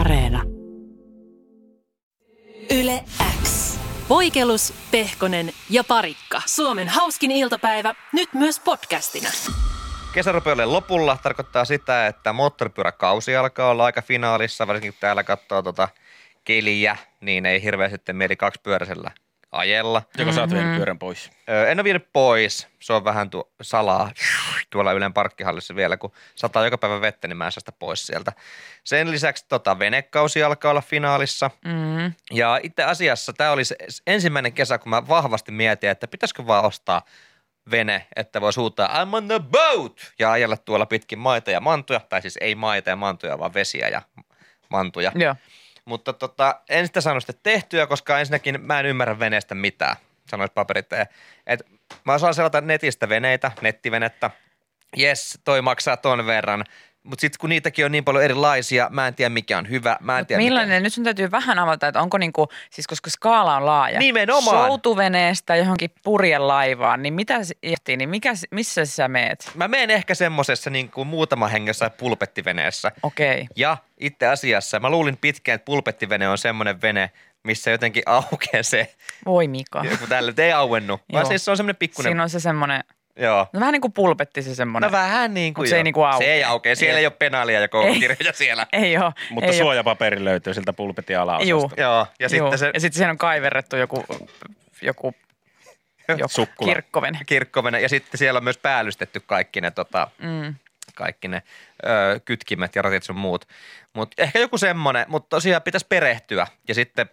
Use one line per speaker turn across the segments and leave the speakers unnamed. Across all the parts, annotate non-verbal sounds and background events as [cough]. Areena.
Yle X. Voikelus, Pehkonen ja Parikka. Suomen hauskin iltapäivä, nyt myös podcastina.
Kesäröpölle lopulla tarkoittaa sitä, että moottoripyöräkausi alkaa olla aika finaalissa, varsinkin kun täällä katsoo tota keliä, niin ei hirveä sitten mieli kaksipyöräisellä ajella.
Joko sä oot
Mhm.
vienyt pyörän pois?
Öö, en ole vienyt pois, se on vähän tuo salaa tuolla Ylen parkkihallissa vielä, kun sataa joka päivä vettä, niin mä en saa sitä pois sieltä. Sen lisäksi tota, venekausi alkaa olla finaalissa.
Mm.
Ja itse asiassa tämä oli se ensimmäinen kesä, kun mä vahvasti mietin, että pitäisikö vaan ostaa vene, että voi suuttaa I'm on the boat ja ajella tuolla pitkin maita ja mantuja, tai siis ei maita ja mantuja, vaan vesiä ja mantuja.
Joo.
Mutta tota, en sitä saanut sitten tehtyä, koska ensinnäkin mä en ymmärrä veneestä mitään, sanoisi paperit. Eh, Et mä osaan selata netistä veneitä, nettivenettä. Jes, toi maksaa ton verran. Mutta sitten kun niitäkin on niin paljon erilaisia, mä en tiedä mikä on hyvä, mä en
Mut
tiedä
Millainen, nyt sun täytyy vähän avata, että onko niinku, siis koska skaala on laaja.
Nimenomaan.
Soutuveneestä johonkin purjelaivaan, niin mitä se ehtii, niin mikä, missä sä meet?
Mikä. Mä menen ehkä semmoisessa niin kuin muutama hengessä pulpettiveneessä.
Okei. Okay.
Ja itse asiassa mä luulin pitkään, että pulpettivene on semmoinen vene, missä jotenkin aukeaa se,
Voi Mika.
kun täällä nyt ei auennu. Vaan
Joo.
siis se on semmoinen pikkuinen.
Siinä on se semmoinen,
Joo.
no vähän niin kuin pulpetti se semmoinen.
No vähän niin kuin
Mut se ei
joo.
niinku aukea.
Se ei aukea. Siellä ei ole penaalia ja koulukirjoja siellä.
Ei ole.
Mutta
ei oo.
suojapaperi löytyy siltä pulpetin alaosasta.
Juu.
Joo. Ja
Joo.
sitten se
ja sitten siihen on kaiverrettu joku,
[laughs]
joku, joku
Sukkula.
kirkkovene.
kirkkovene. Ja sitten siellä on myös päällystetty kaikki ne, tota,
Mm.
kaikki ne ö, kytkimet ja ratit sun muut. Mut ehkä joku semmoinen, mutta tosiaan pitäisi perehtyä. Ja sitten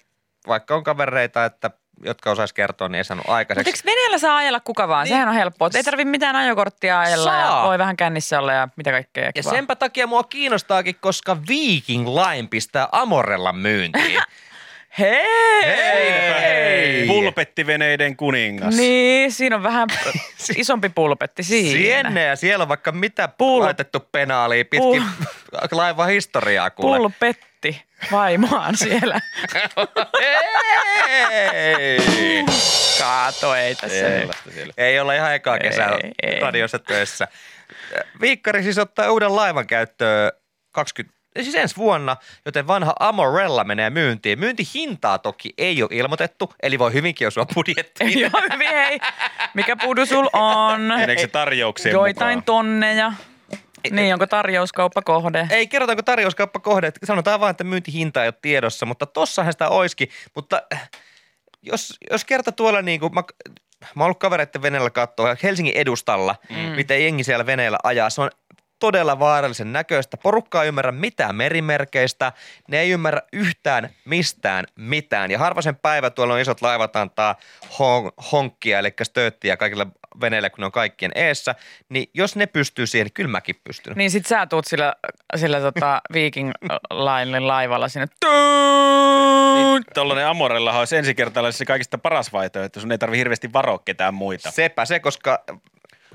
vaikka on kavereita, että jotka osaisi kertoa, niin ei saanut
Mutta
aikaiseksi.
eikö veneellä saa ajella kuka vaan?
Niin.
Sehän on helppoa. Et Ei tarvi mitään ajokorttia ajella ja
Saa.
voi vähän kännissä olla ja mitä kaikkea.
Ja
kivaa.
senpä takia mua kiinnostaakin, koska Viking Line pistää Amorella [laughs] myyntiin.
Hei!
Heinäpä hei!
Pulpettiveneiden kuningas.
Niin, siinä on
[laughs]
vähän isompi pulpetti siinä.
Sienne ja siellä on vaikka mitä
Pul-
laitettu penaalia pitkin [laughs] laivan historiaa kuule. [laughs]
Pulpetti vaimoaan siellä.
Ei!
Kaato ei tässä.
Ei.
nyt.
Ei olla ihan ekaa
Ei,
kesää
ei.
radiossa töissä. Viikkari siis ottaa uuden laivan käyttöön 20, siis ensi vuonna, joten vanha Amorella menee myyntiin. Myyntihintaa toki ei ole ilmoitettu, eli voi hyvinkin osua budjettiin.
[laughs] Joo, hyvin, hei. Mikä pudu sul on?
Meneekö se tarjouksien
Äh, Joitain
mukaan?
tonneja. Niin, onko tarjouskauppakohde?
Ei kerrotaanko tarjouskauppakohde, sanotaan vaan, että myyntihinta ei ole tiedossa, mutta tossahan sitä oiski, mutta äh, jos, jos kerta tuolla niin kuin, mä, mä oon ollut kavereiden veneellä katsoa Helsingin edustalla, mm. miten jengi siellä veneellä ajaa, se on todella vaarallisen näköistä. Porukka ei ymmärrä mitään merimerkeistä, ne ei ymmärrä yhtään mistään mitään. Ja harva sen päivä tuolla on isot laivat antaa hon- honkkia, eli stööttiä kaikille veneille, kun ne on kaikkien eessä. Niin jos ne pystyy siihen, niin kyllä mäkin pystyn.
Niin sit sä tuut sillä, sillä tota Viking Linein laivalla sinne.
Niin, Tuollainen Amorellahan olisi ensi kertaa se kaikista paras vaihtoehto. Sun ei tarvi hirveästi varoa ketään muita.
Sepä se, koska
Siinä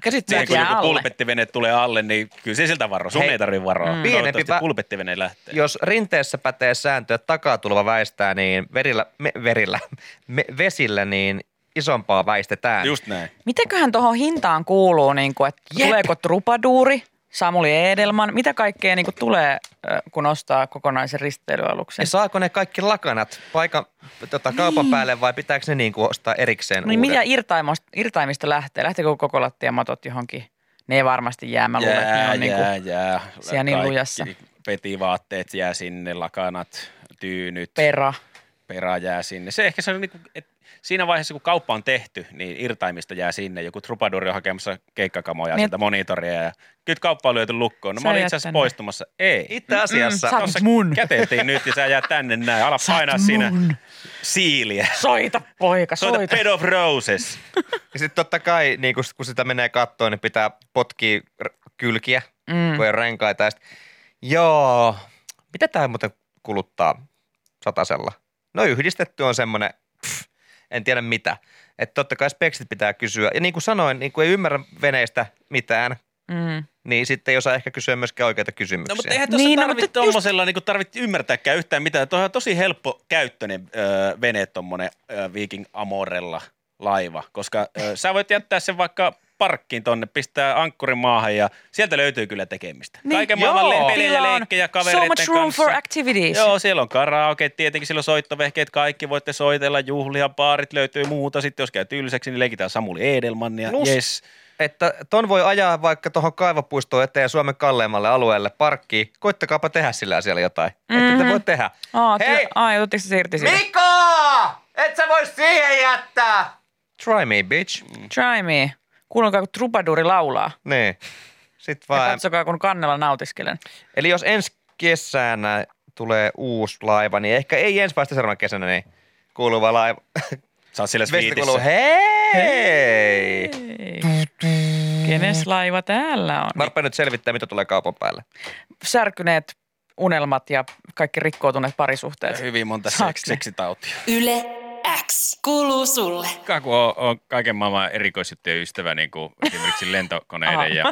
käsittääkö
kun
jää
joku
alle.
pulpettivene tulee alle, niin kyllä se siltä varoa. Sun
Hei,
ei tarvi varoa.
mm.
Toivottavasti
Pienempi va-
pulpettivene lähtee.
jos rinteessä pätee sääntö, että takatulva väistää, niin verillä, me, verillä [laughs] me, vesillä niin isompaa väistetään.
Just näin.
Mitenköhän tuohon hintaan kuuluu, niin kuin, että
Jep.
tuleeko trupaduuri, Samuli Edelman, mitä kaikkea niin kuin tulee, ö, kun ostaa kokonaisen risteilyaluksen?
Ja saako ne kaikki lakanat paikan, tota, kaupan päälle vai pitääkö ne niin kuin ostaa erikseen
Niin
uudet?
mitä irtaimista, irtaimista lähtee? Lähteekö koko lattiamatot johonkin? Ne ei varmasti jää, mä luulen, että ne on niin kuin,
jää, jää.
siellä niin
Kaikki
lujassa.
Petivaatteet jää sinne, lakanat, tyynyt.
perä.
perä jää sinne. Se ehkä se on niinku, et siinä vaiheessa, kun kauppa on tehty, niin irtaimista jää sinne. Joku trupaduri on hakemassa keikkakamoja
Niin,
niin. sieltä monitoria ja nyt kauppa on lyöty lukkoon. No
Sä
mä olin
jäät
itse asiassa
tänne.
poistumassa. Ei.
Itse asiassa,
Mm, mm,
Tuossa
Sä oot mun.
käteltiin nyt ja sä jää tänne näin. Ala painaa siinä siiliä.
Soita poika,
Soita
soita.
Bed of Roses.
ja sitten totta kai niin kun, kun sitä menee kattoon, niin pitää potkia r- kylkiä, mm.
Mm.
kun ei ole renkaita. Ja sit, joo, mitä tämä muuten kuluttaa satasella? No yhdistetty on semmoinen, pff, en tiedä mitä. Että totta kai speksit pitää kysyä. Ja niin kuin sanoin, niin kuin ei ymmärrä veneistä mitään,
Mm.
niin sitten ei osaa ehkä kysyä myöskään oikeita kysymyksiä.
No mutta eihän
tuossa
tuossa
Niin,
niin,
no, tarvit-
tarvitse
mutta
no,
just-
tuommoisella
niinku
niin tarvitse ymmärtääkään yhtään mitään. Tuohan on tosi helppo käyttöinen öö, vene, tuommoinen öö, Viking Amorella laiva, koska öö, sä voit jättää sen vaikka
parkkiin tonne, pistää ankkurin maahan ja sieltä löytyy kyllä tekemistä.
Niin,
Niin, Kaiken
joo.
maailman le- pelejä,
Sillä on
leikkejä,
So
kavereiden
much room
kanssa.
for activities.
Joo, siellä on karaoke, tietenkin siellä on soittovehkeet, kaikki voitte soitella, juhlia, baarit löytyy muuta. Sitten jos käy tylsäksi, niin leikitään Samuli Edelman ja
Plus-
yes.
Että ton voi ajaa vaikka tuohon kaivopuistoon eteen Suomen kalleimmalle alueelle parkkiin. Koittakaapa tehdä sillä asialla jotain. Mm-hmm. Että te voi tehdä.
Aa, työ-
Hei!
Ai, otiks se irti siitä?
Mika! Et sä voi siihen jättää! Try me, bitch.
Try me. Kuulkaa, kun trupaduri laulaa.
Niin. Sitten
Ja
vaan.
katsokaa, kun kannella nautiskelen.
Eli jos ensi kesänä tulee uusi laiva, niin ehkä ei ensi päästä seuraavana kesänä, niin kuuluva laiva.
Sä oot siellä
Vesti kuuluu,
sviitissä.
hei! hei.
Ei. Kenes laiva täällä on?
Mä rupean nyt selvittää, mitä tulee kaupan päälle.
Särkyneet unelmat ja kaikki rikkoutuneet parisuhteet.
Hyvin monta
Saaks
seks-
ne?
seksitautia.
Yle X kuuluu sulle.
Ikään kuin on, on kaiken maailman erikoisjuttujen ystävä, niin kuin
[laughs]
esimerkiksi
Aha.
lentokoneiden ja...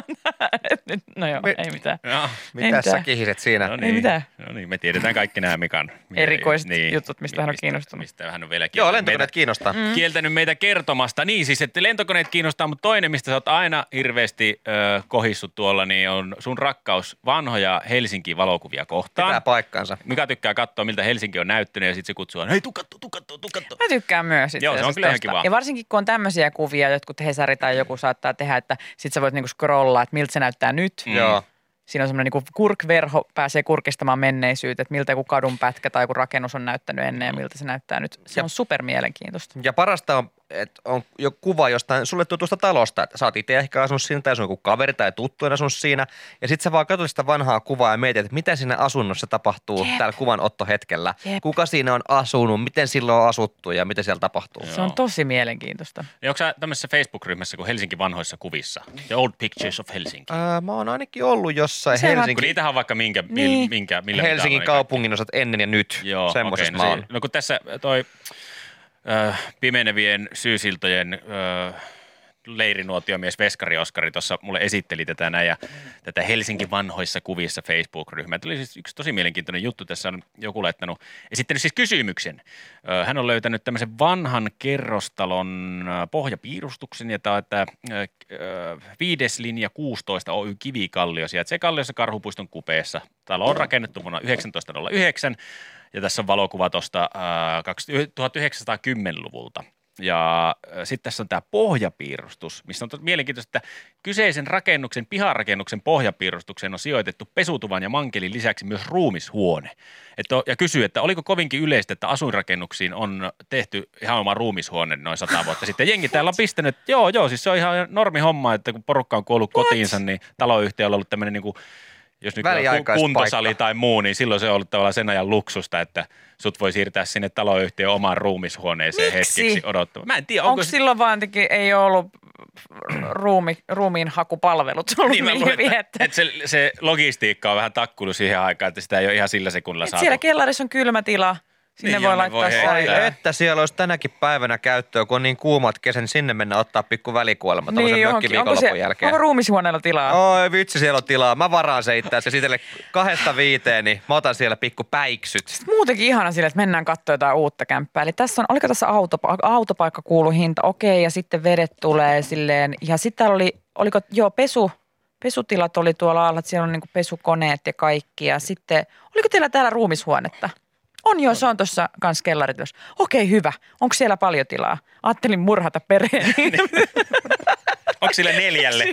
Nyt- no joo,
Me-
ei mitään.
No,
Ei
Mitä
mitään.
sä kihiset siinä?
no,
Ei
niin,
mitään.
no niin, me tiedetään kaikki nämä Mikan...
[laughs]
niin,
Erikoiset jutut, mistä hän on kiinnostunut.
Mistä hän on vielä
Joo,
kieltänyt, meitä,
lentokoneet kiinnostaa. Mm.
kieltänyt meitä kertomasta. Niin siis, että lentokoneet kiinnostaa, mutta toinen, mistä sä oot aina hirveästi ö, kohissut tuolla, niin on sun rakkaus vanhoja Helsinki-valokuvia
Pitää
kohtaan.
paikkaansa.
Mika tykkää katsoa, miltä Helsinki on näyttänyt ja sitten se kutsuu aina, hei tu kattoo, tu kattoo, tu
[laughs]
kattoo.
Mä tykkään myös itse
Joo, se on
asiassa
kyllä ihan
tosta.
kiva.
Ja varsinkin kun on tämmöisiä kuvia, jotkut hesari tai joku saattaa tehdä, että sit sä voit niinku scrollaa, että miltä se näyttää nyt.
Mm.
Joo.
Siinä on semmoinen niinku kurkverho, pääsee kurkistamaan menneisyyttä, että miltä joku kadun pätkä tai joku rakennus on näyttänyt ennen ja
Mm.
miltä se näyttää nyt. Se
Ja-
on supermielenkiintoista.
Ja parasta on, että on jo kuva jostain sulle tutusta talosta. Että sä oot itse ehkä asunut siinä tai sun joku kaveri tai tuttu on asunut siinä. Ja sit sä vaan katsot sitä vanhaa kuvaa ja mietit, että mitä siinä asunnossa tapahtuu
Jep.
Jep. täällä kuvanottohetkellä.
Jep.
Jep. Kuka siinä on asunut, miten silloin on asuttu ja mitä siellä tapahtuu.
Se on tosi mielenkiintoista.
Niin onko sä tämmöisessä Facebook-ryhmässä kuin Helsinki vanhoissa kuvissa? The Old Pictures of Helsinki.
Ää, mä oon ainakin ollut jossain
Se on-
Kun
Helsingin,
niitähän on vaikka minkä,
Niin.
niin. minkä millä
Helsingin
mitalla oli
kaupungin osat ennen ja nyt.
kaikki. Joo,
Semmoisessa
okei,
mä
no,
oon.
se- no kun tässä toi äh, pimenevien syysiltojen äh, leirinuotiomies Veskari Oskari tuossa mulle esitteli tätä näin ja tätä Helsinki vanhoissa kuvissa Facebook-ryhmää. Tämä oli siis yksi tosi mielenkiintoinen juttu. Tässä on joku laittanut, esittänyt siis kysymyksen. Ö, Hän on löytänyt tämmöisen vanhan kerrostalon ö, pohjapiirustuksen ja tämä on tämä ö, ö, äh, viides linja 16 Oy Kivikallio sijaitsee Kalliossa Karhupuiston kupeessa. Talo on rakennettu vuonna 1909 ja tässä on valokuva tuosta äh, 1910-luvulta. Ja sitten tässä on tämä pohjapiirustus, missä on to- mielenkiintoista, että kyseisen rakennuksen, piharakennuksen pohjapiirustukseen on sijoitettu pesutuvan ja mankelin lisäksi myös ruumishuone. Et on, ja kysyy, että oliko kovinkin yleistä, että asuinrakennuksiin on tehty ihan oma ruumishuone noin sata vuotta sitten. Jengi täällä on pistänyt, että joo, joo, siis se on ihan normi homma, että kun porukka on kuollut kotiinsa, niin taloyhtiöllä on ollut tämmöinen niin kuin, jos nyt
Väliaikaispaikka.
kuntosali tai muu, niin silloin se on ollut tavallaan sen ajan luksusta, että sut voi siirtää sinne taloyhtiön omaan ruumishuoneeseen
Miksi?
hetkeksi odottamaan. Mä en tiedä,
Onko,
onko,
Onko
se-
silloin vaan jotenkin, ei ole ollut ruumi, ruumiin hakupalvelut ollut
[laughs] Niin mä
niin,
luulen,
niin hyviä,
että,
että,
että se, se logistiikka on vähän takkunut siihen aikaan, että sitä ei ole ihan sillä sekunnilla
että
saatu.
siellä kellarissa on kylmä tila, sinne
Niin,
voi
jonne
laittaa Niin,
voi heittää.
säilöön.
Ai että siellä olisi tänäkin päivänä käyttöä, kun on niin kuumat kesän, niin sinne mennä ottaa pikku välikuolema niin,
johonkin.
tuollaisen
onko, se,
mökkiviikonlopun jälkeen.
onko ruumishuoneella tilaa?
Oi vitsi, siellä on tilaa. Mä varaan se itse asiassa itselle kahdesta viiteen, niin mä otan siellä pikku päiksyt.
Muutenkin ihana sille, että mennään katsoa jotain uutta kämppää. Eli tässä on, oliko tässä autopa- autopaikka kuulu hinta, okei, ja sitten vedet tulee silleen. Ja sitten täällä oli, oliko, joo, pesu, pesutilat oli tuolla alla, että siellä on niinku pesukoneet ja kaikki. Ja sitten, oliko teillä täällä ruumishuonetta? On joo, se on tuossa kans kellaritilassa. Okei, hyvä. Onko siellä paljon tilaa? Ajattelin murhata perheen.
Onko sillä neljälle?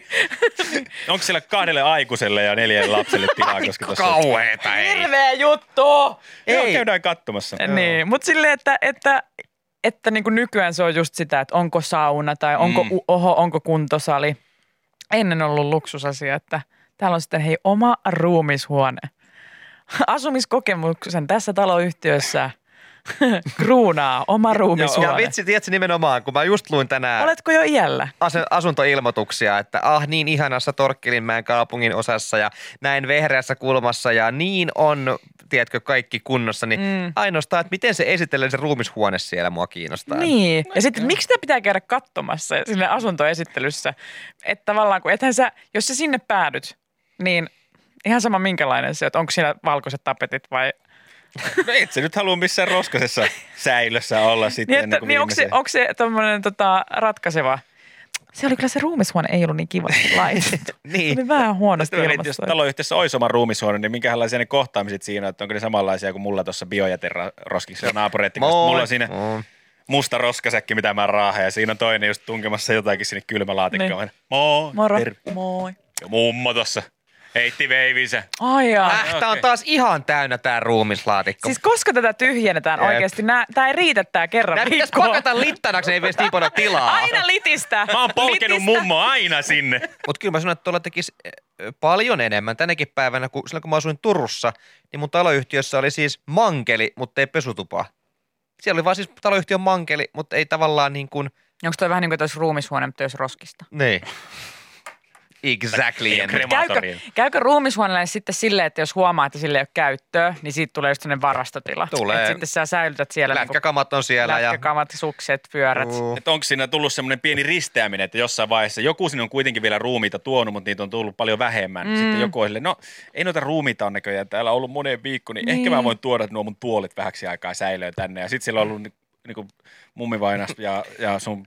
[laughs]
Onko sillä kahdelle aikuiselle ja neljälle lapselle tilaa? Koska tuossa...
Kauheeta ei.
Hirveä juttu!
Joo,
Ei.
käydään katsomassa.
Niin, mutta silleen, että, että, että niin kuin nykyään se on just sitä, että onko sauna tai onko, mm. oho, onko kuntosali. Ennen ollut luksusasia, että täällä on sitten hei oma ruumishuone. [laughs] Asumiskokemuksen tässä taloyhtiössä [laughs] kruunaa oma
Ja
ruumishuone.
vitsi, tiedätkö nimenomaan, kun mä just luin tänään Olet...
Oletko jo iällä?
asuntoilmoituksia, että ah niin ihanassa Torkkilinmäen kaupungin osassa ja näin vehreässä kulmassa ja niin on, tiedätkö, kaikki kunnossa, niin
Mm.
mm. ainoastaan, että miten se esitellään se ruumishuone siellä mua kiinnostaa.
Niin. Ja sitten miksi sitä pitää käydä katsomassa sinne asuntoesittelyssä? Että tavallaan, kun ethän sä, jos sä sinne päädyt, niin ihan sama minkälainen se, että onko siellä valkoiset tapetit vai
No et sä nyt halua missään roskasessa säilössä olla sitten.
Niin, että,
ennen kuin
niin onko se,
viimeiseen.
onko se tommonen, tota, ratkaiseva? Se oli kyllä se ruumishuone ei ollut niin kivasti [laughs] laitettu.
Niin.
Oli vähän huonosti
Sitten mietin, jos
ilmastoitu.
taloyhtiössä olisi oma ruumishuone, niin minkälaisia ne kohtaamiset siinä on, että onko ne samanlaisia kuin mulla tuossa biojäteroskiksessa naapureiden kanssa.
Moi. Mm.
Mulla on siinä
Moi.
musta roskasäkki, mitä mä raahan, ja siinä on toinen just tunkemassa jotakin sinne kylmälaatikkoon.
Niin.
Niin. Moi,
Moro.
terve.
Moi.
Ja mummo tuossa heitti veivinsä.
Ai jaa.
Äh, tää on
Okei.
taas ihan täynnä tää ruumislaatikko.
Siis koska tätä tyhjennetään
Jep.
oikeasti? Nää, tää ei riitä tää kerran
Nää pitäis
viikkoon.
pakata littanaksi, ei edes niin paljon tilaa.
Aina litistä. [laughs]
Mä oon polkenut
Litistä.
mummo aina sinne.
Mutta kyllä mä sanon, että tuolla tekisi eh, paljon enemmän tänäkin päivänä, kun silloin kun mä asuin Turussa, niin mun taloyhtiössä oli siis mankeli, mutta ei pesutupa. Siellä oli vaan siis taloyhtiön mankeli, mutta ei tavallaan niin kuin...
Onko toi vähän niin kuin tuossa ruumishuone, mutta jos roskista?
Niin. Exactly.
Ei ole
Jenni.
krema-
Käykö,
Krematoriin.
käykö ruumishuoneelle sitten silleen, että jos huomaa, että sille ei ole käyttöä, niin siitä tulee just sellainen varastotila.
Tulee.
Et sitten sä säilytät siellä
Lätkäkamat on
niinku
siellä ja...
lätkäkamat, sukset, pyörät.
Juu.
Että onko siinä tullut semmoinen pieni risteäminen, että jossain vaiheessa joku sinne on kuitenkin vielä ruumiita tuonut, mutta niitä on tullut paljon vähemmän. Mm. Sitten joku on silleen, no ei noita ruumiita on näköjään täällä ollut moneen viikkoon, niin, niin, ehkä mä voin tuoda nuo mun tuolit vähäksi aikaa säilöön tänne. Ja sitten siellä on ollut ni- niinku mummivainas ja, ja sun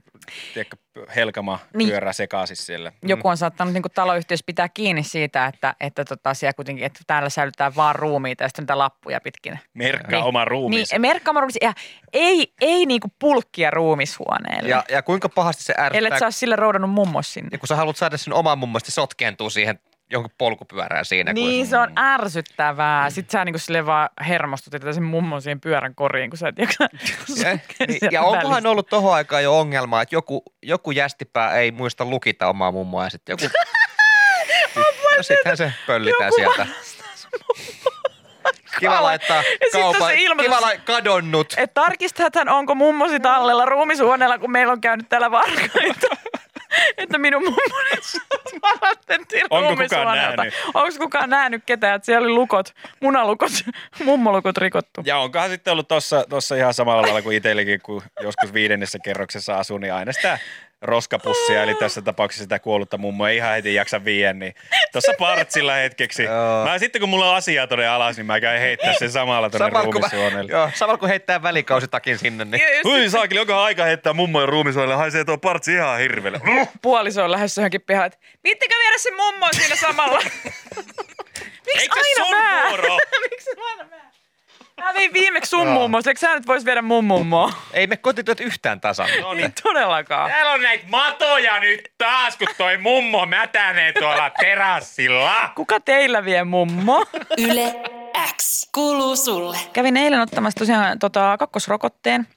tiedätkö, helkama
Niin.
niin. pyörä sekaisin siellä.
Joku on saattanut niin taloyhtiössä pitää kiinni siitä, että, että tota, siellä kuitenkin, että täällä säilytään vaan ruumiita ja sitten niitä lappuja pitkin.
Merkkaa oma ruumiinsa.
Niin, merkkaamaan ruumiinsa. Ja ei, ei niinku pulkkia ruumishuoneelle.
Ja, ja kuinka pahasti se
Ellet
ärsyttää,
sä ole sille roudannut mummo sinne.
ja kun sä haluat saada sen oman muun muassa sotkeentua siihen jonkun polkupyörään siinä.
Niin,
kun...
se on
Mm.
ärsyttävää. Sitten sä niinku sille vaan hermostut, että sen mummon siihen pyörän koriin, kun sä
[laughs]
et jaksa.
Ja, niin,
sieltä
ja onkohan
välistä.
ollut tohon aikaan jo ongelma, että joku, joku jästipää ei muista lukita omaa mummoa ja sitten joku... no sittenhän se pöllitään
Joku
sieltä. Kiva laittaa
Ja sit on
kaupan,
se ilmoitus.
kiva lai, kadonnut.
Et tarkistathan, onko mummosi tallella ruumisuoneella, kun meillä on käynyt täällä varkaita. [laughs] että minun mummoni varastettiin
Onko kukaan
ruumisuoneelta.
nähnyt?
Onko kukaan nähnyt ketään, että siellä oli lukot, munalukot, [laughs] mummolukot rikottu.
Ja onkohan sitten ollut tuossa tossa ihan samalla lailla kuin itselläkin, kun joskus viidennessä kerroksessa asuu, niin aina sitä roskapussia, eli tässä tapauksessa sitä kuollutta mummoa ei ihan heti jaksa viiä, niin tuossa partsilla hetkeksi.
[laughs] Joo.
Mä sitten kun mulla on asiaa tuonne alas, niin mä käyn heittää sen samalla tuonne
Samalla kun, mä-
ruumishuoneelle.
joo, samalla kun heittää välikausitakin sinne, niin
Ja just
Hui saakeli, joka aika heittää mummojen ruumishuoneelle, haisee tuo partsi ihan hirveellä. [laughs]
puoliso on lähdössä johonkin pihalle, että viittekö viedä se mummo siinä
[laughs]
samalla? Miksi
Eikö se
aina
sun
mä?
vuoro?
Miksi aina mä? Mä vein viimeksi sun mummoa, eikö sä nyt vois viedä mun mummoa?
ei me kotityöt yhtään tasan.
No
Ei
niin.
todellakaan.
Täällä on näitä matoja nyt taas, kun toi mummo mätänee tuolla terassilla.
Kuka teillä vie mummo?
Yle X. Kuuluu sulle.
Kävin eilen ottamassa tosiaan tota, kakkosrokotteen.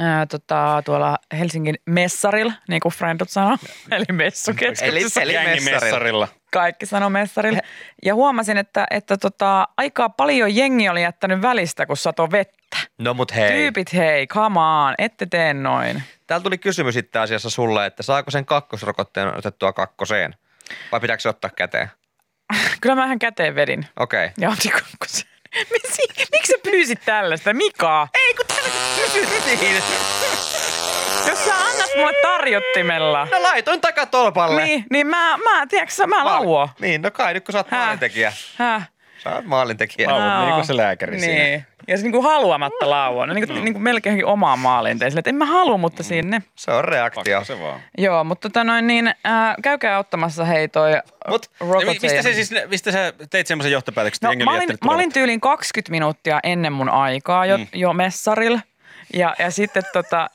Ää, tota, tuolla Helsingin messarilla, niin kuin Frendot sanoo, eli
Eli,
messukeskuksessa.
eli
Jengi
messarilla.
messarilla.
Kaikki sanoo messarilla. Ja huomasin, että, että tota, aika paljon jengi oli jättänyt välistä, kun sato vettä.
No mut hei.
Tyypit hei, come on, ette tee noin.
Täällä tuli kysymys itse asiassa sulle, että saako sen kakkosrokotteen otettua kakkoseen? Vai pitääkö se ottaa käteen?
Kyllä mähän käteen vedin
Okei.
ja otin kakkosen. [laughs] Miksi, miksi sä pyysit tällaista, Mika?
Ei kun tällä kysyttiin.
Jos sä annat mulle tarjottimella,
No laitoin takatolpalle.
niin, niin mä, mä, tiedätkö, sä, mä lauo.
Niin, no kai nyt kun sä oot
Häh?
maalintekijä.
Häh?
Sä oot maalintekijä.
Vau.
Joo.
niin kuin se lääkäri
niin.
siinä. Mm.
Ja se niinku haluamatta lauon. Niin kuin, niin kuin melkein johonkin omaan maaliin tein. Sille, että en mä halua, mutta sinne.
Se on reaktio.
Pakko se vaan.
Joo, mutta tota noin, niin, äh, käykää ottamassa hei toi
Mut,
rokote.
Ja mi- Mistä, se siis, mistä sä teit semmoisen johtopäätöksen, että
No,
jengi
mä,
oli
olin,
jättänyt
mä olin
tulematta?
tyylin 20 minuuttia ennen mun aikaa jo, mm. jo messarilla. Ja, ja sitten tota,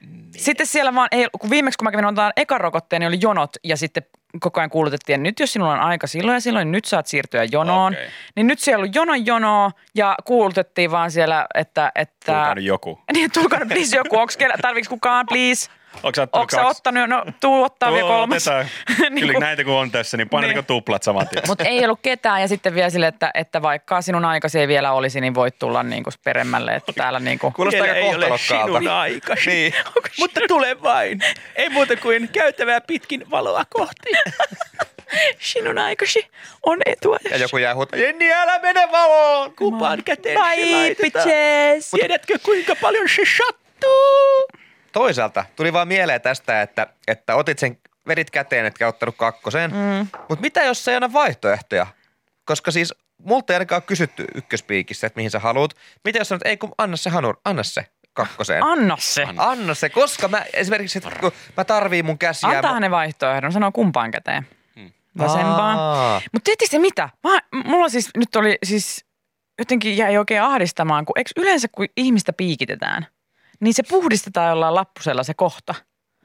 Niin.
sitten siellä vaan, ei, kun viimeksi kun mä kävin antamaan ekan rokotteen, niin oli jonot ja sitten koko ajan kuulutettiin, että nyt jos sinulla on aika silloin ja silloin, niin nyt saat siirtyä jonoon. Okay.
Okei.
Niin nyt siellä on jonon jonoa ja kuulutettiin vaan siellä, että... että
Tulkaa nyt joku.
[laughs] Niin, että tulkaa nyt please joku, onko kellä, tarviks kukaan, please?
Onko sä ottanut
Onko sä
kaksi?
ottanut, jo? no tuu ottaa vielä
Tuo
kolmas.
otetaan.
[laughs] Niin
Kyllä
kuin-
näitä kun on tässä, niin painatko
Niin.
tuplat saman tien?
Mutta ei ollut ketään ja sitten vielä sille, että, että vaikka sinun aikasi ei vielä olisi, niin voit tulla niinku peremmälle, että täällä niinku...
Kuulostaa aika kohtalokkaalta.
aikasi.
Niin.
Mutta tule vain. Ei muuta kuin käytävää pitkin valoa kohti.
[laughs] Sinun aikasi on etua.
Ja joku jää huutaa, Jenni älä mene valoon!
kupaan käteen Bye, bitches!
Tiedätkö kuinka paljon se sattuu?
Toisaalta tuli vaan mieleen tästä, että, että otit sen, vedit käteen, etkä ottanut kakkoseen. Mm. Mutta mitä jos ei aina vaihtoehtoja? Koska siis multa ei ainakaan ole kysytty ykköspiikissä, että mihin sä haluut. Mitä jos sanot, ei kun anna se hanur, anna se. kakkoseen.
Anna se.
Anna se, koska mä esimerkiksi, että kun mä tarviin mun käsiä.
Antaa
mä...
hänen vaihtoehdon, sanoo kumpaan käteen. Vasempaan.
Hmm. Aa.
Mutta tiedättekö se mitä? Mä, mulla siis nyt oli siis, jotenkin jäi oikein ahdistamaan, kun eikö yleensä kun ihmistä piikitetään, niin se puhdistetaan jollain lappusella se kohta.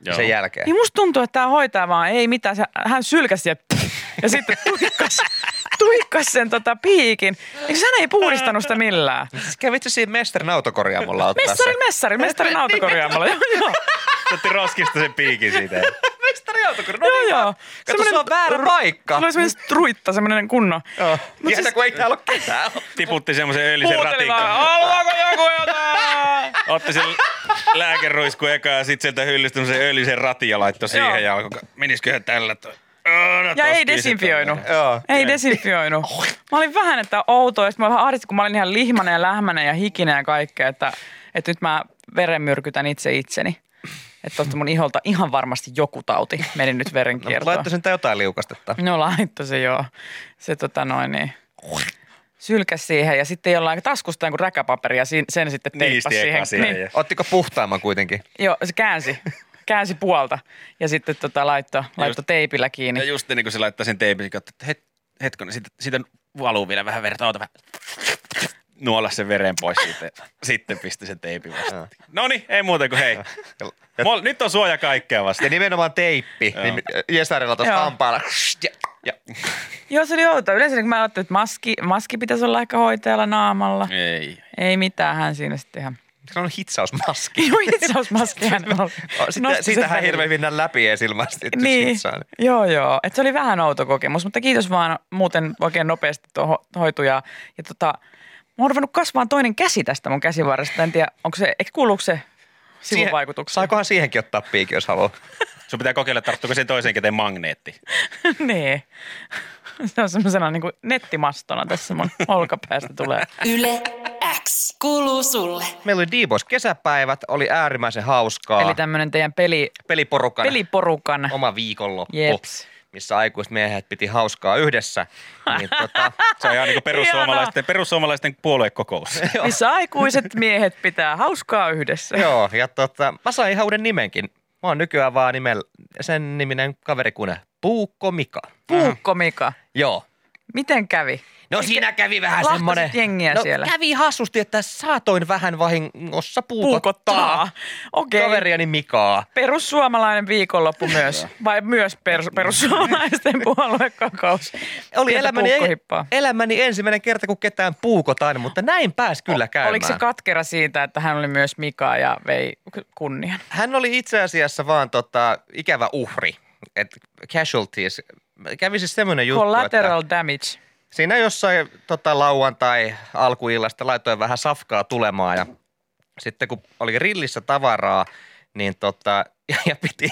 Joo.
Sen jälkeen.
Niin musta tuntuu, että tämä hoitaa vaan, ei mitään, se, hän sylkäsi ja,
[laughs]
ja sitten tuikkas, tuikkas sen tota piikin. Eikö hän ei puhdistanut sitä millään?
Siis kävit sä siinä mestarin autokorjaamolla ottaa
Messari,
sen?
messari, mestarin autokorjaamolla. Joo, joo,
Otti roskista sen piikin siitä.
Mestarin autokorjaamo?
joo. joo.
Kato, se on väärä paikka.
Sulla oli semmoinen struitta, semmoinen kunnon.
Joo.
Mut
Jätä,
siis-
kun ei täällä ole ketään.
[laughs]
Tiputti semmoisen öljysen
Kuunteli vaan,
ratikon.
haluaako joku jotain?
Otti sen lääkeruisku eka ja sitten sieltä hyllystä semmoisen öljysen ratin ja laittoi
Joo.
siihen ja alkoi. Menisiköhän tällä toi? Aah, no
Ja ei
tosta
desinfioinut.
isetään.
Joo.
Ei desinfioinut. Mä olin vähän, että outoa. Sitten mä vähän ahdistin, kun mä olin ihan lihmanen ja lähmänen ja hikinen ja kaikkea, että, että nyt mä verenmyrkytän itse itseni. Että tuosta mun iholta ihan varmasti joku tauti meni nyt
No, mut
verenkiertoon.
laittaisin tää jotain liukastetta.
No laittoi se joo. Se tota noin niin. Sylkäs siihen ja sitten jollain taskusta jonkun räkäpaperia sin- sen sitten
Niisti
teippasi
eka
siihen.
siihen,
Niin,
ja-
Ottiko puhtaamman kuitenkin?
joo, se käänsi. Käänsi puolta ja sitten tota laittoi, laittoi teipillä kiinni.
Ja just ennen kuin se laittaa sen teipin, katsoi, että het, hetkinen, siitä, siitä valuu vielä vähän verta, oota vähän. Nuola sen veren pois siitä ja sitten pisti sen teipin vasta. No niin, ei muuta kuin hei. Mol, nyt on suoja kaikkea vasta.
Ja nimenomaan teippi.
Joo.
Niin Jesarilla tuossa
Joo.
hampaalla. Ja, ja.
Joo, se oli outoa. Yleensä kun mä ajattelin, että maski, maski pitäisi olla ehkä hoitajalla naamalla. Ei,
Ei.
Ei mitään, hän siinä sitten ihan...
Se on hitsausmaski.
Joo, itse asiassa maski hän oli.
O, Oh, Sitä,
Nosti sen
siitähän
välillä.
hirveän mennään läpi esilmästi, että niin.
Niin,
hitsaa. niin-
joo joo. Et se oli vähän outo kokemus, mutta kiitos vaan muuten oikein nopeasti tuohon hoitujaa. Ja tota, mä oon ruvennut kasvaa toinen käsi tästä mun käsivarresta. En tiedä, onko se, eikö kuuluuko se sivuvaikutuksia?
Saakohan siihenkin ottaa piikin, jos haluaa.
Sun pitää kokeilla, tarttuuko sen toiseen käteen magneetti.
[laughs] niin. Se on semmoisena niin kuin nettimastona tässä mun olkapäästä tulee.
Yle X. Kuuluu sulle.
Meillä oli D-Boys kesäpäivät, oli äärimmäisen hauskaa.
Eli tämmöinen teidän peli,
Peliporukan
peliporukan.
oma viikonloppu,
Jeps.
missä aikuiset miehet piti hauskaa yhdessä.
[laughs]
Niin, tota,
Se on ihan niin kuin perussuomalaisten, perussuomalaisten puoluekokous.
missä aikuiset miehet pitää hauskaa yhdessä.
joo, ja tota, mä sain ihan uuden nimenkin. Mä oon nykyään vaan nimellä, sen niminen kaveri kuin Puukko Mika.
Puukko Mika,
Joo.
miten kävi?
No siinä kävi vähän
lahtasit
semmoinen.
jengiä
no,
siellä?
kävi hassusti, että saatoin vähän vahingossa puukottaa,
Puukottaa. Okei. Okay.
kaveriani Mikaa.
Perussuomalainen viikonloppu myös, vai myös per,
[laughs]
perussuomalaisten puoluekokous.
Oli
Pientä
elämäni, e-
puukkohippaa.
elämäni ensimmäinen kerta, kun ketään puukotaan, mutta näin pääsi kyllä käymään.
Oliko se katkera siitä, että hän oli myös Mika ja vei kunnian?
Hän oli itse asiassa vaan tota, ikävä uhri. Et casualties. Kävi siis semmoinen juttu,
Collateral
että
damage.
siinä jossain tota, lauantai alkuillasta laitoin vähän safkaa tulemaan ja sitten kun oli rillissä tavaraa, niin tota, [laughs] ja piti,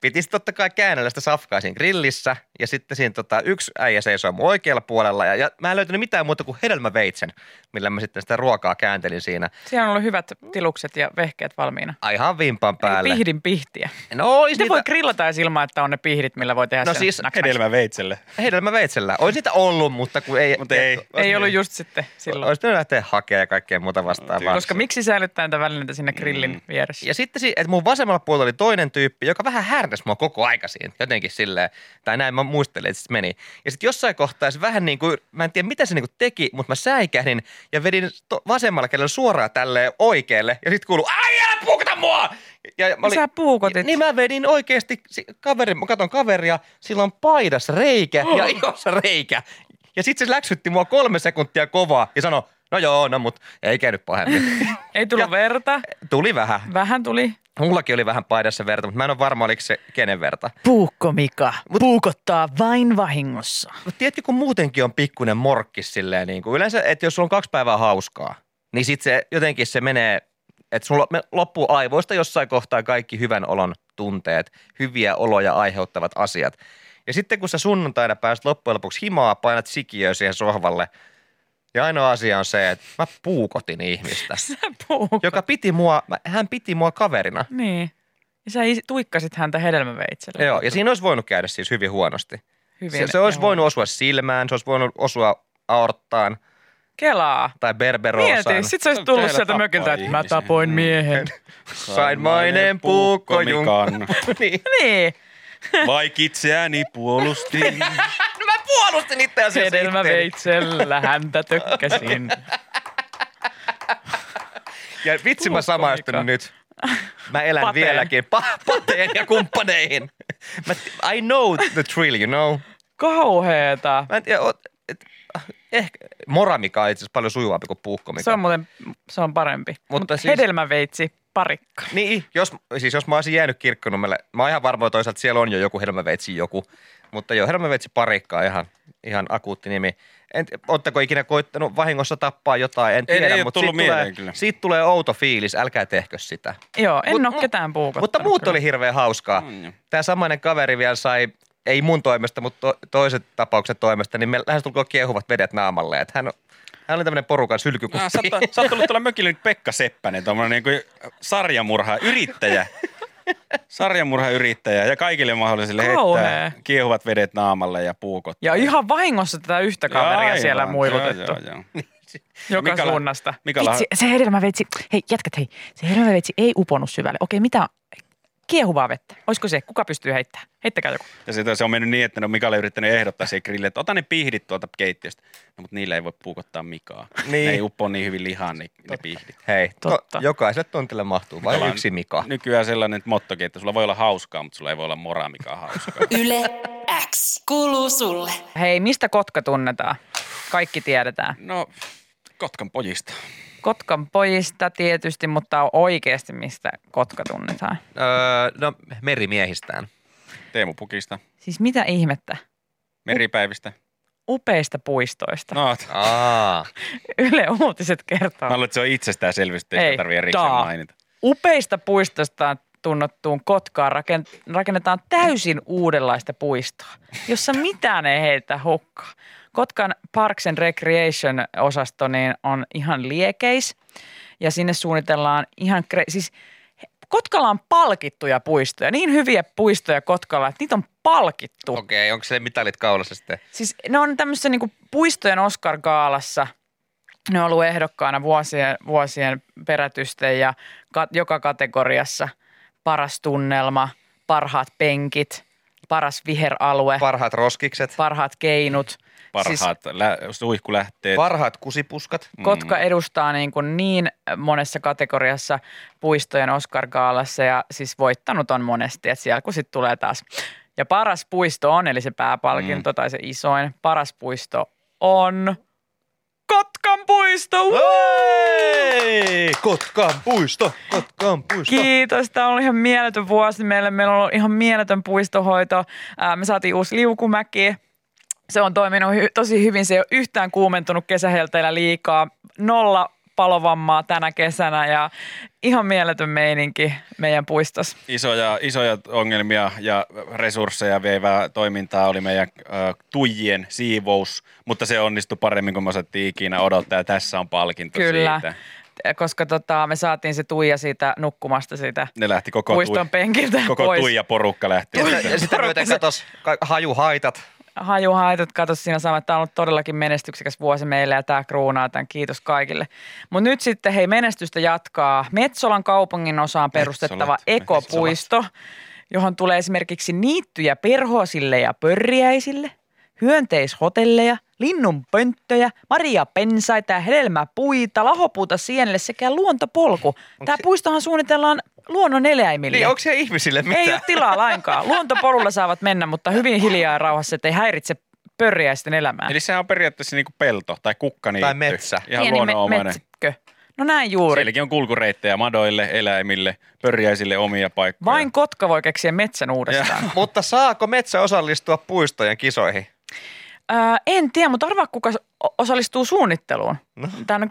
piti sit totta kai käännellä sitä safkaa siinä grillissä ja sitten siinä tota, yksi äijä seisoi mun oikealla puolella ja, ja mä en löytänyt mitään muuta kuin hedelmäveitsen, millä mä sitten sitä ruokaa kääntelin siinä
Siellä on ollut hyvät tilukset ja vehkeet valmiina.
aivan vimpan päälle.
Eli pihdin pihtiä.
No, ois
Mitä
niitä-
voi grillata edes ilman, että on ne pihdit, millä voi tehdä
No
sen
siis
nak- nak-
Hedelmä veitselle.
hedelmäveitsellä. Olisi niitä ollut, mutta kun ei...
Mut ei.
Ei ollut just sitten silloin.
Olisi pitänyt lähteä hakemaan ja kaikkea muuta vastaavaa.
Koska miksi säilyttää niitä välineitä siinä grillin mm. vieressä?
Ja sitten si- että mun vasemmalla puolella oli toinen tyyppi, joka vähän härnäsi mua koko aika siinä. Jotenkin silleen, tai näin mä muistelin, että se meni. Ja sitten jossain kohtaa se vähän niin kuin, mä en tiedä mitä se niin kuin teki, mutta mä säikähdin ja vedin to- vasemmalla kädellä suoraan tälleen oikealle. Ja sitten kuuluu, ai älä puukuta mua! Ja mä
Mä No Sä puukotit.
Niin mä vedin oikeasti si- kaverin, mä katon kaveria, sillä on paidas reikä ja ihossa reikä. Ja sitten se läksytti mua kolme sekuntia kovaa ja sanoi, no joo, no mut ei käynyt pahemmin. [laughs]
Ei tullut
Ja-
verta.
Tuli vähän.
Vähän tuli.
Mullakin oli vähän paidassa verta, mutta mä en ole varma, oliko se kenen verta.
Puukko Mika. Puukottaa vain vahingossa.
Mutta tiedätkö, kun muutenkin on pikkuinen morkki silleen, niin kuin yleensä, että jos sulla on kaksi päivää hauskaa, niin sitten se jotenkin se menee, että sulla me- loppuu aivoista jossain kohtaa kaikki hyvän olon tunteet, hyviä oloja aiheuttavat asiat. Ja sitten kun sä sunnuntaina pääset loppujen lopuksi himaa, painat sikiöä siihen sohvalle, ja ainoa asia on se, että mä puukotin ihmistä,
[laughs] Sä puukot.
joka piti mua, mä- hän piti mua kaverina.
Niin. Ja sä is- tuikkasit häntä hedelmäveitsellä.
Joo, ja siinä olisi voinut käydä siis hyvin huonosti.
Hyvin.
Se, se olisi
ja
voinut osua silmään, se olisi voinut osua aorttaan.
Kelaa.
Tai Berberoosan.
Mieti, sit se olisi tullut
Teillä
sieltä
tappaa
mökiltä, että mä
ihmisiä.
tapoin
[laughs]
miehen.
Niin. Sainmainen puukko
Mikan.
niin.
[laughs] niin,
Vaikka itseäni puolustin.
Mä puolustin itse asiassa itseäni.
hedelmäveitsellä häntä
[laughs]
tökkäsin.
Ja vitsi mä samaistun
Puukkomika.
nyt. Mä elän
Pateen.
vieläkin pa- pateen ja kumppaneihin. Mä, I know the thrill, you know.
Kauheeta.
Mä en tiedä, oot- et, ehkä moramika on itse asiassa paljon sujuvampi kuin puukkomika.
Se on muuten, se on parempi. Mutta
siis-
siis... Hedelmäveitsi, parikka.
Niin, jos, siis jos mä olisin jäänyt kirkkonummelle, mä oon ihan varma että toisaalta, että siellä on jo joku helmäveitsi joku, mutta joo, helmäveitsi parikka on ihan, ihan akuutti nimi. En, ootteko ikinä koittanut vahingossa tappaa jotain, en
Ei-
tiedä,
ei oo
mutta
tullut
siitä tulee,
mieleen kyllä.
siitä tulee outo fiilis, älkää tehkö sitä.
Joo, en
Mut-
Mut, ole ketään puukottanut.
Mutta muut
kyllä.
oli hirveän hauskaa. Mm. Tämä samainen kaveri vielä sai, ei mun toimesta, mutta to, toiset tapaukset toimesta, niin me lähestulkoon kiehuvat vedet naamalle. Että hän, on- hän oli tämmöinen porukan
Nää,
sylkykuppi.
Äh, sä, oot, sä oot tullut tuolla mökillä nyt Pekka Seppänen, tuommoinen niin sarjamurha, yrittäjä. Sarjamurha yrittäjä ja kaikille mahdollisille
Kauhea.
heittää kiehuvat vedet naamalle ja puukot.
Ja ihan vahingossa tätä yhtä kaveria
Aivan,
siellä
joo,
muilutettu.
joo, joo.
Joka
Mikaela-
suunnasta.
Mikaela-
Vitsi, se hedelmäveitsi, hei jätkät hei, se hedelmäveitsi ei uponut syvälle. Okei, mitä kiehuvaa vettä. Olisiko se? Kuka pystyy heittämään? Heittäkää joku.
Ja sitten se on mennyt niin, että no Mikalle yrittänyt ehdottaa siihen grille, että ota ne pihdit tuolta keittiöstä. No, mutta niillä ei voi puukottaa Mikaa.
Niin.
Niin. Ne ei uppo niin hyvin lihaan, niin ne pihdit. Ah.
Hei, to,
Totta.
jokaiselle tontille mahtuu
Tota-
vain yksi Mika.
Nykyään sellainen mottokin, että sulla voi olla hauskaa, mutta sulla ei voi olla moraa Mikaa
[laughs]
hauskaa.
Yle X. Kuuluu sulle.
Hei, mistä Kotka tunnetaan? Kaikki tiedetään.
No, Kotkan pojista.
Kotkan pojista tietysti, mutta oikeasti mistä Kotka tunnetaan.
Öö, no, merimiehistään.
Teemu Pukista.
Siis mitä ihmettä?
Meripäivistä.
Upeista puistoista. No.
No,
Aa.
Yle Uutiset
mä
kertoo.
luulen, että se on itsestäänselvyys, että ei
Ei,
sitä tarvitse erikseen
daa.
mainita.
Upeista puistosta tunnottuun Kotkaan raken- rakennetaan täysin uudenlaista puistoa, jossa mitään ei heitä hukkaa. Kotkan Parks and Recreation-osasto niin on ihan liekeis ja sinne suunnitellaan ihan, kre- siis Kotkalla on palkittuja puistoja, niin hyviä puistoja Kotkalla, että niitä on palkittu.
Okei, onko se mitalit kaulassa sitten?
Siis ne on tämmöisessä niinku puistojen Oscar-gaalassa. Ne on ollut ehdokkaana vuosien, vuosien perätysten ja ka- joka kategoriassa paras tunnelma, parhaat penkit, paras viheralue,
Parhaat roskikset,
parhaat keinut.
Parhaat siis... lä- suihkulähteet.
parhaat kusipuskat.
Mm. Kotka edustaa niin, kuin niin monessa kategoriassa puistojen Oscar-gaalassa ja siis voittanut on monesti, että siellä kun sitten tulee taas. Ja paras puisto on, eli se pääpalkinto mm. tai se isoin, paras puisto on Kotkan puisto! Woo!
Hei! Kotkan puisto, Kotkan puisto.
Kiitos, tämä on ollut ihan mieletön vuosi meille. Meillä on ollut ihan mieletön puistohoito. Ää, Me saatiin uusi liukumäki. Se on toiminut hy- tosi hyvin. Se ei ole yhtään kuumentunut kesähelteillä liikaa. Nolla palovammaa tänä kesänä ja ihan mieletön meininki meidän puistossa.
Isoja, isoja ongelmia ja resursseja vievää toimintaa oli meidän äh, tuijien siivous, mutta se onnistui paremmin kuin me osattiin ikinä odottaa ja tässä on palkinto
Kyllä.
siitä.
Koska tota, me saatiin se Tuija siitä nukkumasta siitä
Ne lähti koko,
puiston
tui,
penkiltä
koko
pois.
tuija-porukka lähti.
Ja,
[laughs]
sitä- ja sitä myöten katos, ka- hajuhaitat.
hajuhaitot, katso siinä sama, että tämä on ollut todellakin menestyksekäs vuosi meille ja tämä kruunaa tämän, kiitos kaikille. Mutta nyt sitten hei menestystä jatkaa Metsolan kaupungin osaan perustettava
Metsolat,
ekopuisto, johon tulee esimerkiksi niittyjä perhosille ja pörriäisille, hyönteishotelleja, linnunpönttöjä, marjapensaita ja hedelmäpuita, lahopuuta sienelle sekä luontopolku. Tämä
se-
puistohan suunnitellaan luonnon eläimille.
Niin, onko se ihmisille mitään?
Ei ole tilaa lainkaan. Luontopolulla saavat mennä, mutta hyvin hiljaa ja rauhassa, ettei häiritse pörjäisten elämää.
Eli sehän on periaatteessa niinku pelto tai kukkaniitty.
Tai metsä.
Ihan
Pieni me-
luonnonomainen.
metsikkö. No näin juuri.
Sielläkin on kulkureittejä madoille, eläimille, pörjäisille omia paikkoja.
Vain kotka voi keksiä metsän uudestaan.
Mutta saako metsä osallistua puistojen kisoihin?
Öö, en tiedä, mutta arvaa kuka s- o- osallistuu suunnitteluun. No. Tämän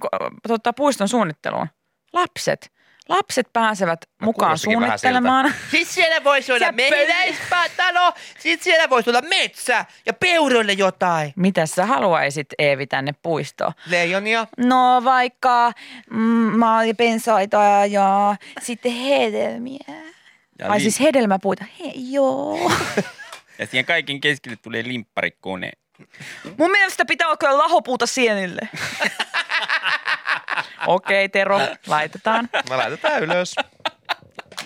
tota, puiston suunnitteluun. Lapset. Lapset pääsevät mukaan
kuulostikin vähän siltä.
[laughs]
suunnittelemaan.
Sitten Siis siellä voisi olla
Sä pöli-
mehiläispatalo, sitten siellä voisi olla metsä ja peuroille jotain.
Mitä sä haluaisit Eevi tänne puistoon?
Leijonia?
No vaikka mm, maalipensaita ja
Sitten hedelmiä.
Ja
Ai
li-
siis hedelmäpuita. [laughs]
Hei, joo.
Ja siihen kaiken keskelle tulee limpparikone.
Mun mielestä pitää olla kyllä lahopuuta sienille. Okei, Tero, laitetaan.
Mä laitetaan ylös.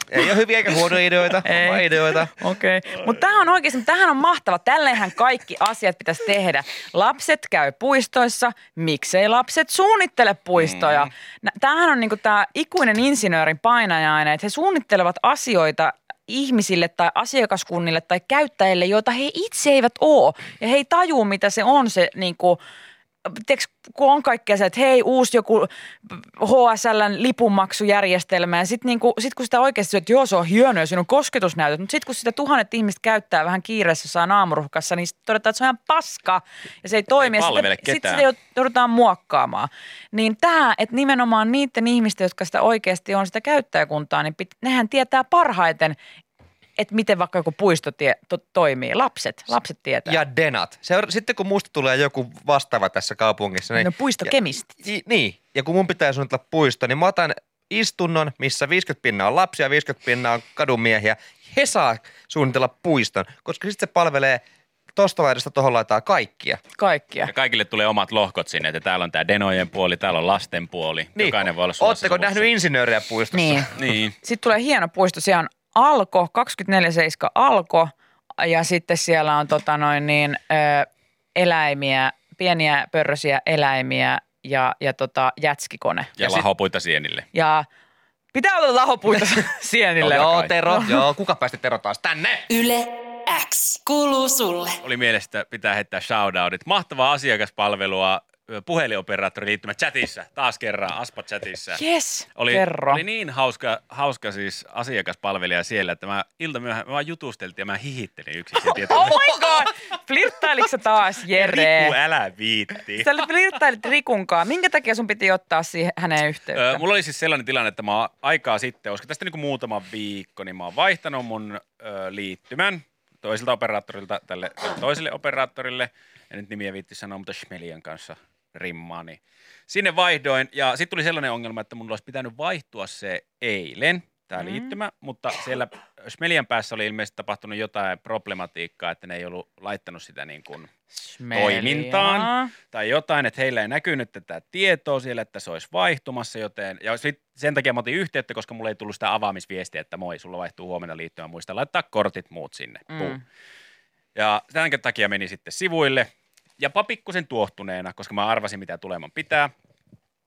Ei ole hyviä eikä huonoja ideoita,
Ei.
vaan ideoita.
Okei, mutta tämähän on oikeasti, tämähän on mahtava. Tälleenhän kaikki asiat pitäisi tehdä. Lapset käy puistoissa, miksei lapset suunnittele puistoja. Mm. Tämähän on niinku tämä ikuinen insinöörin painajainen, että he suunnittelevat asioita ihmisille tai asiakaskunnille tai käyttäjille, joita he itse eivät ole. Ja he ei tajua, mitä se on se niinku, tiiäks, kun on kaikkea se, että hei, uusi joku HSLn lipunmaksujärjestelmä, ja sitten niinku, sit kun sitä oikeasti syöt, että joo, se on hienoa, ja siinä on kosketusnäytöt, mutta sitten kun sitä tuhannet ihmiset käyttää vähän kiireessä saa naamuruhkassa, niin sitten todetaan, että se on ihan paska, ja se ei toimi, ja
palvele
sitten sit
ketään.
sitä jou- joudutaan muokkaamaan. Niin tämä, että nimenomaan niiden ihmisten, jotka sitä oikeasti on sitä käyttäjäkuntaa, niin pit, nehän tietää parhaiten, että miten vaikka joku puisto tie, to, toimii. Lapset, lapset tietää.
Ja denat. Se, on- sitten kun musta tulee joku vastaava tässä kaupungissa, niin
no puistokemisti.
I- Niin, ja kun mun pitää suunnitella puisto, niin mä otan istunnon, missä 50 pinnaa on lapsia, 50 pinnaa on kadunmiehiä. He saa suunnitella puiston, koska sitten se palvelee tosta laidasta tohon laitaan kaikkia.
Kaikkia.
Ja kaikille tulee omat lohkot sinne, että täällä on tämä denojen puoli, täällä on lasten puoli.
Niin.
Jokainen voi olla sulla
Ootteko
sivussa.
nähnyt insinöörejä puistossa?
Niin.
Niin.
Sitten tulee hieno puisto, siellä on Alko, 24-7 Alko ja sitten siellä on tota noin niin, ö, eläimiä, pieniä pörrösiä eläimiä ja, ja tota, jätskikone.
Ja, ja lahopuita sienille.
Ja pitää olla lahopuita
[laughs]
Joo,
[laughs] sienille.
joo, Tero,
No.
joo, kuka päästi Tero taas tänne?
Yle X kuuluu sulle.
Oli mielestä pitää heittää shoutoutit. Mahtavaa asiakaspalvelua ö, puhelinoperaattori liittymä chatissa. Taas kerran, Aspa chatissa.
Yes,
Oli,
kerro.
oli niin hauska, hauska siis asiakaspalvelija siellä, että mä ilta myöhään, mä vaan jutusteltiin ja mä hihittelin yksin siellä
Oh [laughs]
tietokoneella.
my god! Flirttailiko sä
[laughs]
taas, Jere?
Riku, älä viitti.
Sä flirttailit Rikunkaan. Minkä takia sun piti ottaa siihen häneen yhteyttä?
Ö, mulla oli siis sellainen tilanne, että mä oon aikaa sitten, olisiko tästä niinku muutama viikko, niin mä oon vaihtanut mun ö, liittymän toiselta operaattorilta tälle, tälle toiselle operaattorille. En nyt nimiä viitti sanoa, mutta Schmelian kanssa rimmaa, niin sinne vaihdoin. Ja sitten tuli sellainen ongelma, että mun olisi pitänyt vaihtua se eilen, tämä
Mm.
liittymä, mutta siellä Schmelian päässä oli ilmeisesti tapahtunut jotain problematiikkaa, että ne ei ollut laittanut sitä niin kuin toimintaan. tai jotain, että heillä ei näkynyt tätä tietoa siellä, että se olisi vaihtumassa, joten ja sit sen takia mä otin yhteyttä, koska mulle ei tullut sitä avaamisviestiä, että moi, sulla vaihtuu huomenna liittymä, muista laittaa kortit muut sinne.
Mm.
Mm. Ja tämän takia meni sitten sivuille, ja pikkusen tuohtuneena, koska mä arvasin, mitä tuleman pitää,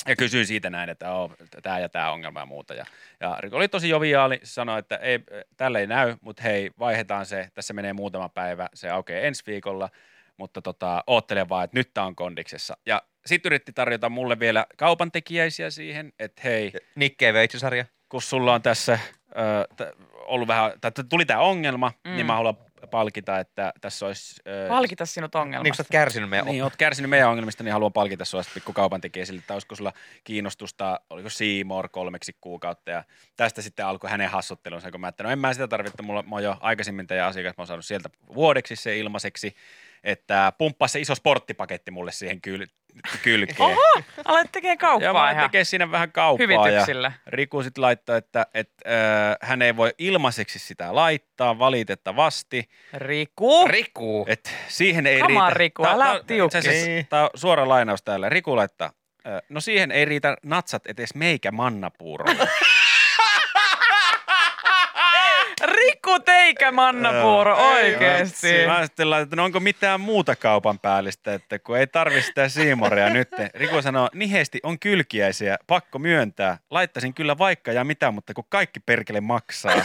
ja kysyin siitä näin, että oh, tämä ja tämä ongelma ja muuta. Ja, ja Riku oli tosi joviaali, sanoi, että ei, äh, tällä ei näy, mutta hei, vaihdetaan se, tässä menee muutama päivä, se aukeaa ensi viikolla, mutta tota, oottele vaan, että nyt tämä on kondiksessa. Ja sitten yritti tarjota mulle vielä kaupantekijäisiä siihen, että hei,
Nikkei Veitsisarja.
kun sulla on tässä ö, t- ollut vähän, tai t- tuli tämä ongelma,
Mm.
mm. niin mä haluan palkita, että tässä olisi... Ö,
Palkita sinut
Niin kun sä
ongelmasta.
oot kärsinyt meidän
niin, oot kärsinyt meidän ongelmista, niin haluan palkita sua sitten pikkukaupan tekijä sille, että olisiko sulla kiinnostusta, oliko Seymour kolmeksi kuukautta ja tästä sitten alkoi hänen hassuttelunsa, kun mä että no en mä sitä tarvitse, mulla mä oon jo aikaisemmin teidän asiakas, mä oon saanut sieltä vuodeksi se ilmaiseksi, että pumppaa se iso sporttipaketti mulle siihen kyl, kylkeen.
Oho, aloit tekee
ja mä
kauppaa
aloin
ihan
tekee siinä vähän kauppaa. Ja,
hyvityksillä.
Riku sitten laittoi, että, että äh, hän ei voi ilmaiseksi sitä laittaa valitettavasti,
Riku.
Riku.
et siihen ei
Come on,
riitä.
Riku,
Tää-
älä
tää-
oo tiukka.
itse asiassa
Niin.
Tää on suora lainaus täällä. Riku laittaa, ö, no siihen ei riitä natsat edes meikä mannapuurolla.
Riku teikä mannapuuro, [laughs] oikeesti.
Mä sitten laitan, että no onko mitään muuta kaupan päällistä, että kun ei tarvi sitä siimoria nyt. Riku sanoo, niheesti on kylkiäisiä, pakko myöntää. Laittaisin kyllä vaikka ja mitä, mutta kun kaikki perkele maksaa.
[laughs]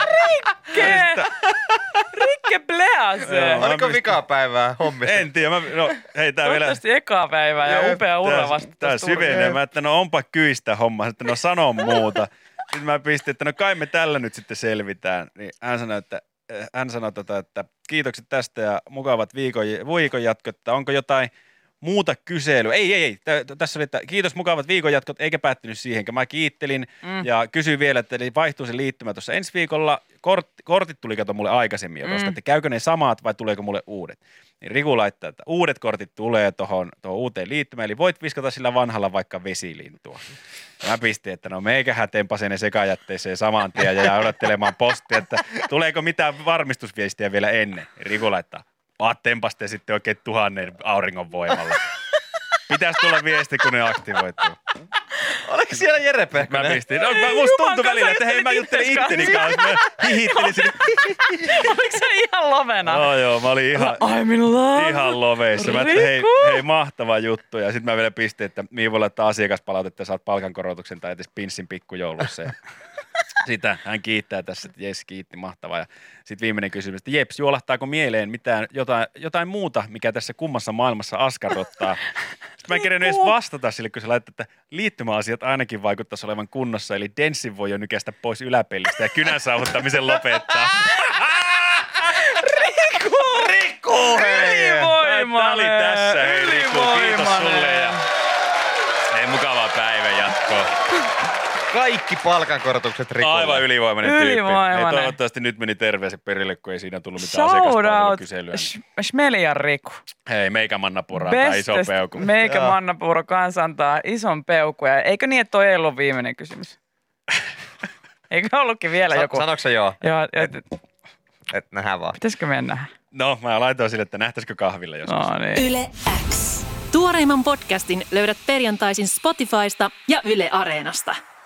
Rikke! Rikke
Joo,
Blease.
mä
Oliko
mist-
vikaa päivää hommista?
En tiedä, mä, no, hei tää vielä...
Toivottavasti eka päivä ja
Jep,
upea ura
tää-
vasta.
Tää
tässä Turkuun.
syvenee. Mä, että no onpa kyistä homma. Sitten no sano muuta. Sitten mä pistin, että no kai me tällä nyt sitten selvitään. Niin hän sanoi, että eh, hän sanoi tota, että kiitokset tästä ja mukavat viikon, viikon jatkot, että onko jotain muuta kyselyä. Ei, ei, ei. Tä- tä- Tässä oli, että kiitos mukavat viikon jatkot, eikä päättynyt siihenkään. Mä kiittelin mm. ja kysyin vielä, että eli vaihtuu se liittymä tuossa ensi viikolla. Kort, kortit tuli kato mulle aikaisemmin jo tosta,
Mm.
että käykö ne samat vai tuleeko mulle uudet. Niin Riku laittaa, että uudet kortit tulee tuohon tohon uuteen liittymään, eli voit viskata sillä vanhalla vaikka vesilintua. Ja Mä pistin, että no meikähän teenpä sen sekajätteeseen saman tien ja jää odottelemaan postia, että tuleeko mitään varmistusviestiä vielä ennen. Riku laittaa, paattenpas te sitten oikein tuhannen auringon voimalla. Pitäisi tulla viesti, kun ne aktivoituu.
Oliko siellä Jere
Mä
Pehkonen?
pistin. No, mä, musta tuntui välillä, että hei mä juttelin itteni kanssa. Mä hihittelin sinne.
[laughs] Oliko se ihan lovena? No,
Joo, joo, mä olin No, ihan,
I'm in love.
ihan loveissa. Mä että hei,
Riku.
hei, mahtava juttu. Ja sitten mä vielä pistin, että mihin voi laittaa asiakaspalautetta, saat palkankorotuksen tai edes pinssin pikkujoulussa. Ja sitä hän kiittää tässä, että jes, kiitti, mahtavaa. Ja sitten viimeinen kysymys, että jeps, juolahtaako mieleen mitään, jotain, jotain muuta, mikä tässä kummassa maailmassa askarrottaa? Sitten mä en kerennyt edes vastata sille, kun se laittoi, että liittymäasiat ainakin vaikuttaisi olevan kunnossa, eli denssin voi jo nykästä pois yläpellistä ja kynän saavuttamisen lopettaa.
Riku! hei!
Ylivoimainen.
Tämä oli tässä. hei Riku. Kiitos sulle ja hei, mukavaa päivän jatkoa.
Kaikki palkankorotukset Rikulle.
Aivan ylivoimainen, tyyppi.
Ylivoimainen.
Hei, toivottavasti nyt meni terveiset perille, kun ei siinä tullut mitään
Shout out
asiakaspalvelukyselyä.
Sh- Smelian Riku.
Hei, meikä manna puraa tai iso
Bestest
peuku.
meikä
Joo.
mannapuuro kansantaa ison peukuja. Eikö niin, että toi ei ollut viimeinen kysymys?
[laughs]
Eikö ollutkin vielä
Sa-
joku?
Sanoiko se joo?
Joo, et-
Et nähdään vaan.
pitäisikö mennä?
No, mä laitoin sille, että nähtäisikö kahvilla joskus.
No niin.
Yle X.
Tuoreimman podcastin löydät perjantaisin Spotifysta ja Yle Areenasta.